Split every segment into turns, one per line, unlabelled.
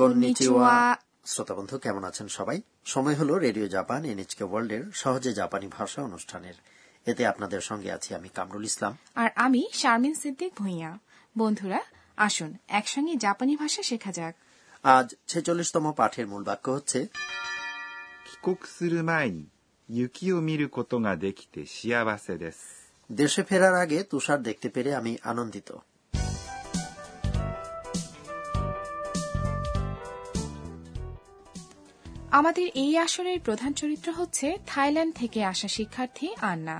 কননিচিওয়া
কননিচিওয়া।
শ্রোতা বন্ধু কেমন আছেন সবাই সময় হলো রেডিও জাপান এনএচকে ওয়ার্ল্ডের সহজে জাপানি ভাষা অনুষ্ঠানের এতে আপনাদের সঙ্গে আছি আমি কামরুল ইসলাম
আর আমি শারমিন সিদ্দিক ভুঁইয়া বন্ধুরা আসুন একসঙ্গে জাপানি ভাষা শেখা যাক
আজ ছেচল্লিশতম পাঠের মূল বাক্য হচ্ছে
帰国する前に雪を見ることができて幸せです。
দেশে ফেরার আগে তুষার দেখতে পেরে আমি আনন্দিত
আমাদের এই আসরের প্রধান চরিত্র হচ্ছে থাইল্যান্ড থেকে আসা শিক্ষার্থী আন্না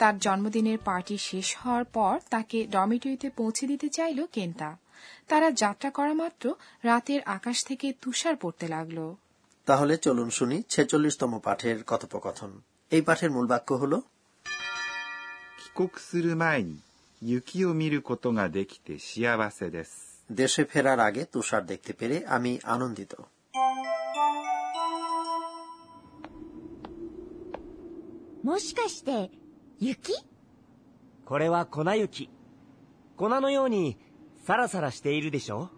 তার জন্মদিনের পার্টি শেষ হওয়ার পর তাকে ডরমিটরিতে পৌঁছে দিতে চাইল কেন্তা তারা যাত্রা করা মাত্র রাতের আকাশ থেকে তুষার পড়তে লাগলো
তাহলে চলুন শুনি ছেচল্লিশতম পাঠের কথোপকথন এই পাঠের মূল বাক্য হল
帰国する前に雪を見ることができて幸せです。
দেশে ফেরার আগে তুষার দেখতে পেরে আমি আনন্দিত
もしかして、雪
これは粉雪。粉のようにサラサラしているでしょ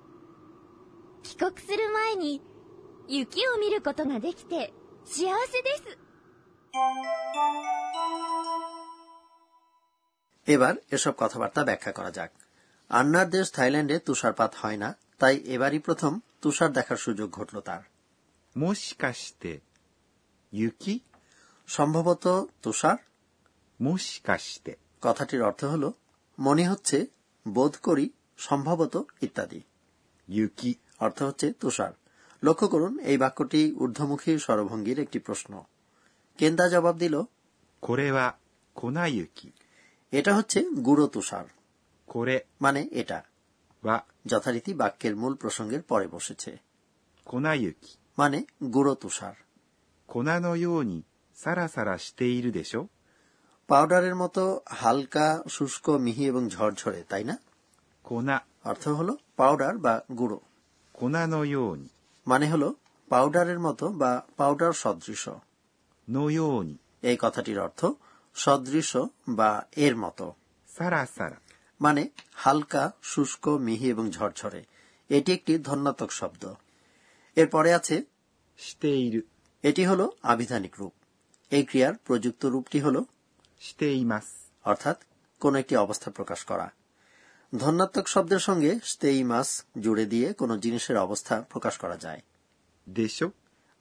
帰国する前に、雪を見ることができて、幸せです。
এবার এসব কথাবার্তা ব্যাখ্যা করা যাক আন্নার দেশ থাইল্যান্ডে তুষারপাত হয় না তাই এবারই প্রথম তুষার দেখার সুযোগ ঘটল তার
もしかして、雪
সম্ভবত তুষার
もしかして、
কথাটির অর্থ হল মনে হচ্ছে বোধ করি সম্ভবত ইত্যাদি
雪
অর্থ হচ্ছে তুষার লক্ষ্য করুন এই বাক্যটি ঊর্ধ্বমুখী স্বরভঙ্গির একটি প্রশ্ন কেন্দা জবাব দিল
これは粉雪。
এটা হচ্ছে গুঁড়ো তুষার
これ
মানে এটা
は
যথারীতি বাক্যের মূল প্রসঙ্গের পরে বসেছে
粉雪。
মানে গুঁড়ো তুষার
粉のようにサラサラしているでしょ
পাউডারের মতো হালকা শুষ্ক মিহি এবং ঝরঝরে তাই না
粉、
অর্থ হলো পাউডার বা গুঁড়ো
粉のように、
মানে হলো পাউডারের মতো বা পাউডার সদৃশ
のように、
এই কথাটির অর্থ সদৃশ বা এর মতো
サラサラ。
মানে হালকা শুষ্ক মিহি এবং ঝরঝরে এটি একটি ধন্যাত্মক শব্দ এরপরে আছে
している、
এটি হলো আবিধানিক রূপ এই ক্রিয়ার প্রযুক্ত রূপটি হলো
しています。
অর্থাৎ কোন একটি অবস্থা প্রকাশ করা ধন্যাত্মক শব্দের সঙ্গে স্টেইমাস জুড়ে দিয়ে কোনো জিনিসের অবস্থা প্রকাশ করা যায়
でしょ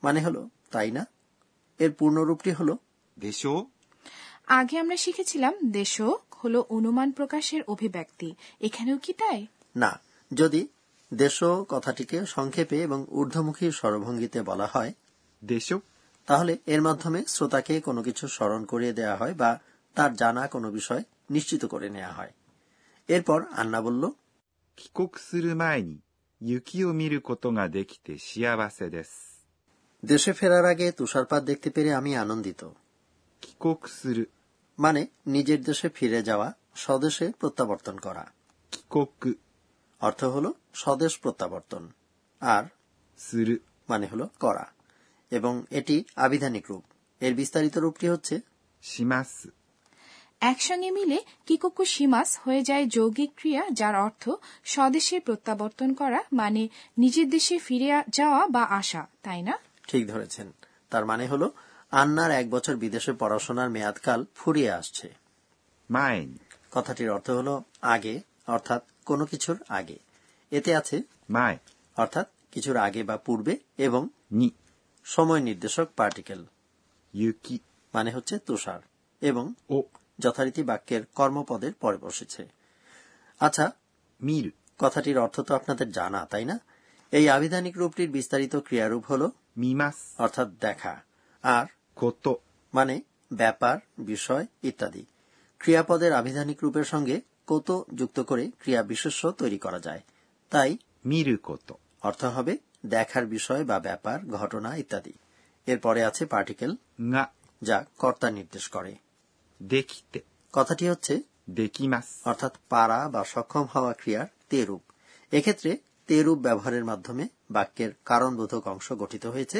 মানে হলো তাই না এর পূর্ণরূপটি হলো
でしょ
আগে আমরা শিখেছিলাম দেশক হল অনুমান প্রকাশের অভিব্যক্তি এখানেও কি তাই
না যদি দেশ কথাটিকে সংক্ষেপে এবং ঊর্ধ্বমুখী স্বরভঙ্গিতে বলা হয়
でしょ
তাহলে এর মাধ্যমে শ্রোতাকে কোনো কিছু স্মরণ করিয়ে দেয়া হয় বা তার জানা কোনো বিষয় নিশ্চিত করে নেওয়া হয় এরপর আন্না বলল
帰国する前に雪を見ることができて幸せです。
দেশে ফেরার আগে তুষারপাত দেখতে পেরে আমি আনন্দিত
帰国する、
মানে নিজের দেশে ফিরে যাওয়া স্বদেশে প্রত্যাবর্তন করা
帰国
অর্থ হল স্বদেশ প্রত্যাবর্তন আর
する、
মানে হলো করা এবং এটি আবিধানিক রূপ এর বিস্তারিত রূপটি হচ্ছে
します。
একসঙ্গে মিলে কিকোকু সীমাস হয়ে যায় যৌগিক ক্রিয়া যার অর্থ স্বদেশে প্রত্যাবর্তন করা মানে নিজের দেশে ফিরে আ- যাওয়া বা আসা তাই না
ঠিক ধরেছেন তার মানে হলো আন্নার এক বছর বিদেশে পড়াশোনার মেয়াদকাল ফুরিয়ে আসছে
前に、
কথাটির অর্থ হলো আগে অর্থাৎ কোনো কিছুর আগে এতে আছে
前
অর্থাৎ কিছুর আগে বা পূর্বে এবং
に、
সময় নির্দেশক পার্টিকেল
雪
মানে হচ্ছে তুষার এবং
を
যথারীতি বাক্যের কর্মপদের পরে বসেছে আচ্ছা
見る、
কথাটির অর্থ তো আপনাদের জানা তাই না এই আবিধানিক রূপটির বিস্তারিত ক্রিয়ারূপ হল
見ます、
অর্থাৎ দেখা আর
こと、
মানে ব্যাপার বিষয় ইত্যাদি ক্রিয়াপদের আবিধানিক রূপের সঙ্গে কত যুক্ত করে ক্রিয়া বিশেষ্য তৈরি করা যায় তাই
見ること、
অর্থ হবে দেখার বিষয় বা ব্যাপার ঘটনা ইত্যাদি এরপরে আছে পার্টিকেল
が、
যা কর্তা নির্দেশ করে
できて、
কথাটি হচ্ছে
できます。
অর্থাৎ পারা বা সক্ষম হওয়া ক্রিয়ার তেরূপ এক্ষেত্রে তেরূপ ব্যবহারের মাধ্যমে বাক্যের কারণবোধক অংশ গঠিত হয়েছে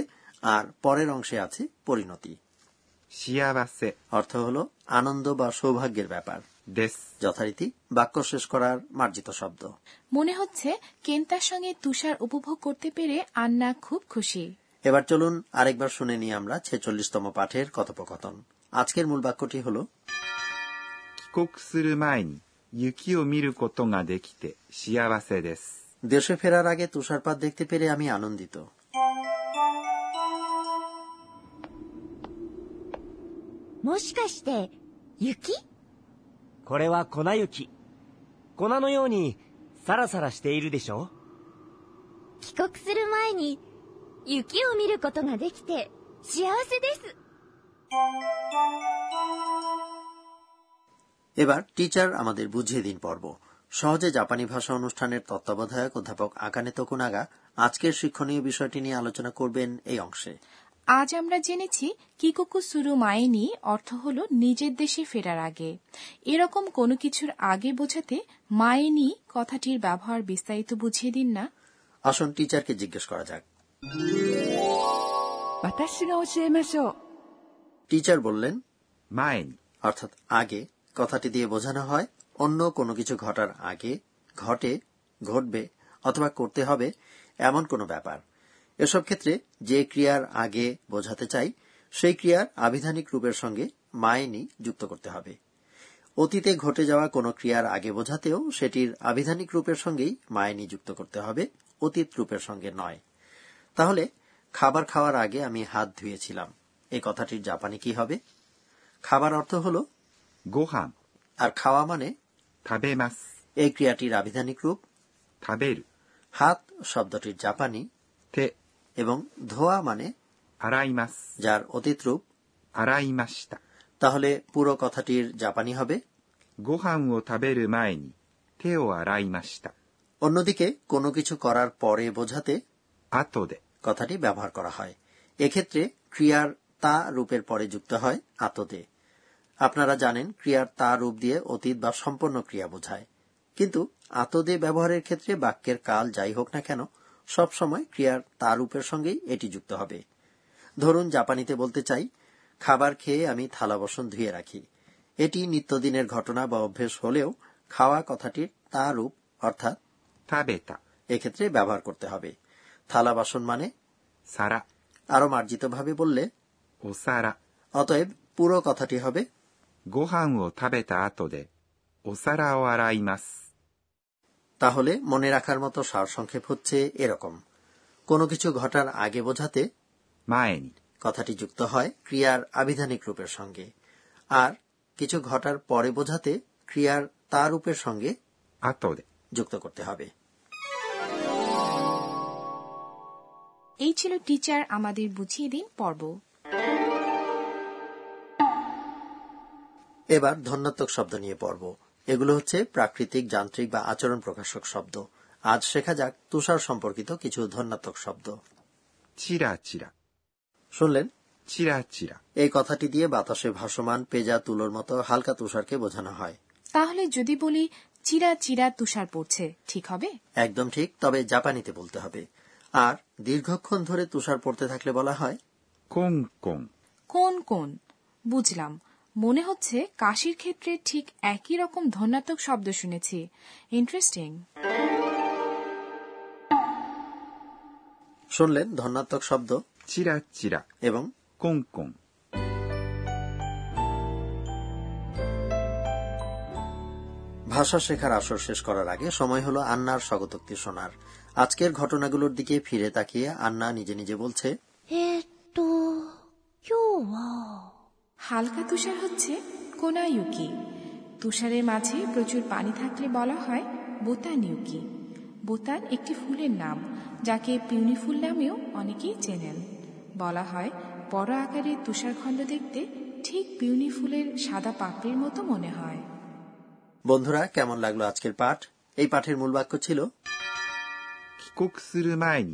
আর পরের অংশে আছে পরিণতি
幸せ
অর্থ হল আনন্দ বা সৌভাগ্যের ব্যাপার
です
যথারীতি বাক্য শেষ করার মার্জিত শব্দ
মনে হচ্ছে কেন্তার সঙ্গে তুষার উপভোগ করতে পেরে আন্না খুব খুশি
এবার চলুন আরেকবার শুনে নিই আমরা ছেচল্লিশতম পাঠের কথোপকথন আজকের মূল বাক্যটি হল
帰国する前に雪を見ることができて幸せです。
দেশে ফেরার আগে তুষারপাত দেখতে পেরে আমি আনন্দিত
もしかして雪
これは粉雪粉のようにサラサラしているでしょ
帰国する前に雪を見ることができて幸せです。
এবার টিচার আমাদের বুঝিয়ে দিন পর্ব সহজে জাপানি ভাষা অনুষ্ঠানের তত্ত্বাবধায়ক অধ্যাপক আকানে তকুনাগা আজকের শিক্ষণীয় বিষয়টি নিয়ে আলোচনা করবেন এই অংশে
আজ আমরা জেনেছি কিকোকু সুরু মায়েনি অর্থ হল নিজের দেশে ফেরার আগে এরকম কোনো কিছুর আগে বোঝাতে মায়েনি কথাটির ব্যবহার বিস্তারিত বুঝিয়ে দিন না
আসুন টিচারকে জিজ্ঞেস করা যাক
私が教えましょう
টিচার বললেন
前に
অর্থাৎ আগে কথাটি দিয়ে বোঝানো হয় অন্য কোনো কিছু ঘটার আগে ঘটে ঘটবে অথবা করতে হবে এমন কোনো ব্যাপার এসব ক্ষেত্রে যে ক্রিয়ার আগে বোঝাতে চাই সেই ক্রিয়ার আবিধানিক রূপের সঙ্গে মায়েনি যুক্ত করতে হবে অতীতে ঘটে যাওয়া কোনো ক্রিয়ার আগে বোঝাতেও সেটির আবিধানিক রূপের সঙ্গেই মায়েনি যুক্ত করতে হবে অতীত রূপের সঙ্গে নয় তাহলে খাবার খাওয়ার আগে আমি হাত ধুয়েছিলাম এই কথাটির জাপানি কি হবে খাবার অর্থ হলো
ご飯、
আর খাওয়া মানে
食べます、
এই ক্রিয়াটির আবিধানিক রূপ
食べる、
হাত শব্দটির জাপানি
手、
এবং ধোয়া মানে
洗います、
যার অতীত রূপ
洗いました。
তাহলে পুরো কথাটির জাপানি হবে
ご飯を食べる前に手を洗いました。
অন্যদিকে কোনো কিছু করার পরে বোঝাতে
後で、
কথাটি ব্যবহার করা হয় এক্ষেত্রে ক্রিয়ার তা রূপের পরে যুক্ত হয় আততে আপনারা জানেন ক্রিয়ার তা রূপ দিয়ে অতীত বা সম্পন্ন ক্রিয়া বোঝায় কিন্তু আতদে ব্যবহারের ক্ষেত্রে বাক্যের কাল যাই হোক না কেন সবসময় ক্রিয়ার তা রূপের সঙ্গেই এটি যুক্ত হবে ধরুন জাপানিতে বলতে চাই খাবার খেয়ে আমি থালা বাসন ধুয়ে রাখি এটি নিত্যদিনের ঘটনা বা অভ্যেস হলেও খাওয়া কথাটির তা রূপ অর্থাৎ
食べた、
এক্ষেত্রে ব্যবহার করতে হবে থালা বাসন মানে
皿、
আরো মার্জিতভাবে বললে
お皿。
অতএব পুরো কথাটি হবে
ご飯を食べた後で、お皿を洗います。
তাহলে মনে রাখার মতো সারসংক্ষেপ হচ্ছে এরকম কোনো কিছু ঘটার আগে বোঝাতে
前に、
কথাটি যুক্ত হয় ক্রিয়ার আবিধানিক রূপের সঙ্গে আর কিছু ঘটার পরে বোঝাতে ক্রিয়ার তার রূপের সঙ্গে
後で。
যুক্ত করতে হবে
এই ছিল টিচার আমাদের বুঝিয়ে দিন পর্ব
এবার ধন্যাত্মক শব্দ নিয়ে পড়ব এগুলো হচ্ছে প্রাকৃতিক যান্ত্রিক বা আচরণ প্রকাশক শব্দ আজ শেখা যাক তুষার সম্পর্কিত কিছু ধন্যাত্মক শব্দ
チラチラ、
শুনলেন
チラチラ。
এই কথাটি দিয়ে বাতাসে ভাসমান পেজা তুলোর মতো হালকা তুষারকে বোঝানো হয়
তাহলে যদি বলি চিরা চিরা তুষার পড়ছে ঠিক হবে
একদম ঠিক তবে জাপানিতে বলতে হবে আর দীর্ঘক্ষণ ধরে তুষার পড়তে থাকলে বলা হয়
コンコン、
কোন কোন বুঝলাম মনে হচ্ছে কাশির ক্ষেত্রে ঠিক একই রকম ধন্যাত্মক শব্দ শুনেছি ইন্টারেস্টিং
শুনলেন ধন্যাত্মক শব্দ
チラチラ、
এবং
コンコン。
ভাষা শেখার আসর শেষ করার আগে সময় হলো আন্নার স্বগতোক্তি শোনার আজকের ঘটনাগুলোর দিকে ফিরে তাকিয়ে আন্না নিজে নিজে বলছে
えーっと、今日は、
হালকা তুষার হচ্ছে কোনায়ুকি তুষারের মাঝে প্রচুর পানি থাকলে বলা হয় বোতানিউকি বোতান একটি ফুলের নাম যাকে পিউনি ফুল নামেও অনেকেই চেনেন বলা হয় বড় আকারের তুষারখণ্ড দেখতে ঠিক পিউনি ফুলের সাদা পাপড়ির মতো মনে হয়
বন্ধুরা কেমন লাগলো আজকের পাঠ এই পাঠের মূল বাক্য ছিল
帰国する前に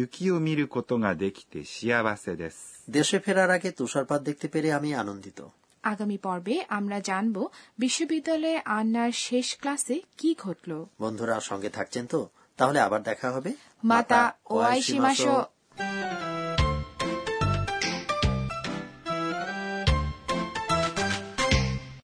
雪を見ることができて幸せです。
দেশে ফেরার আগে তুষারপাত দেখতে পেরে আমি আনন্দিত
আগামী পর্বে আমরা জানব বিশ্ববিদ্যালয়ে আন্নার শেষ ক্লাসে কি ঘটল
বন্ধুরা সঙ্গে থাকছেন তো তাহলে আবার দেখা হবে
মাতা ওয়াই সীমাশো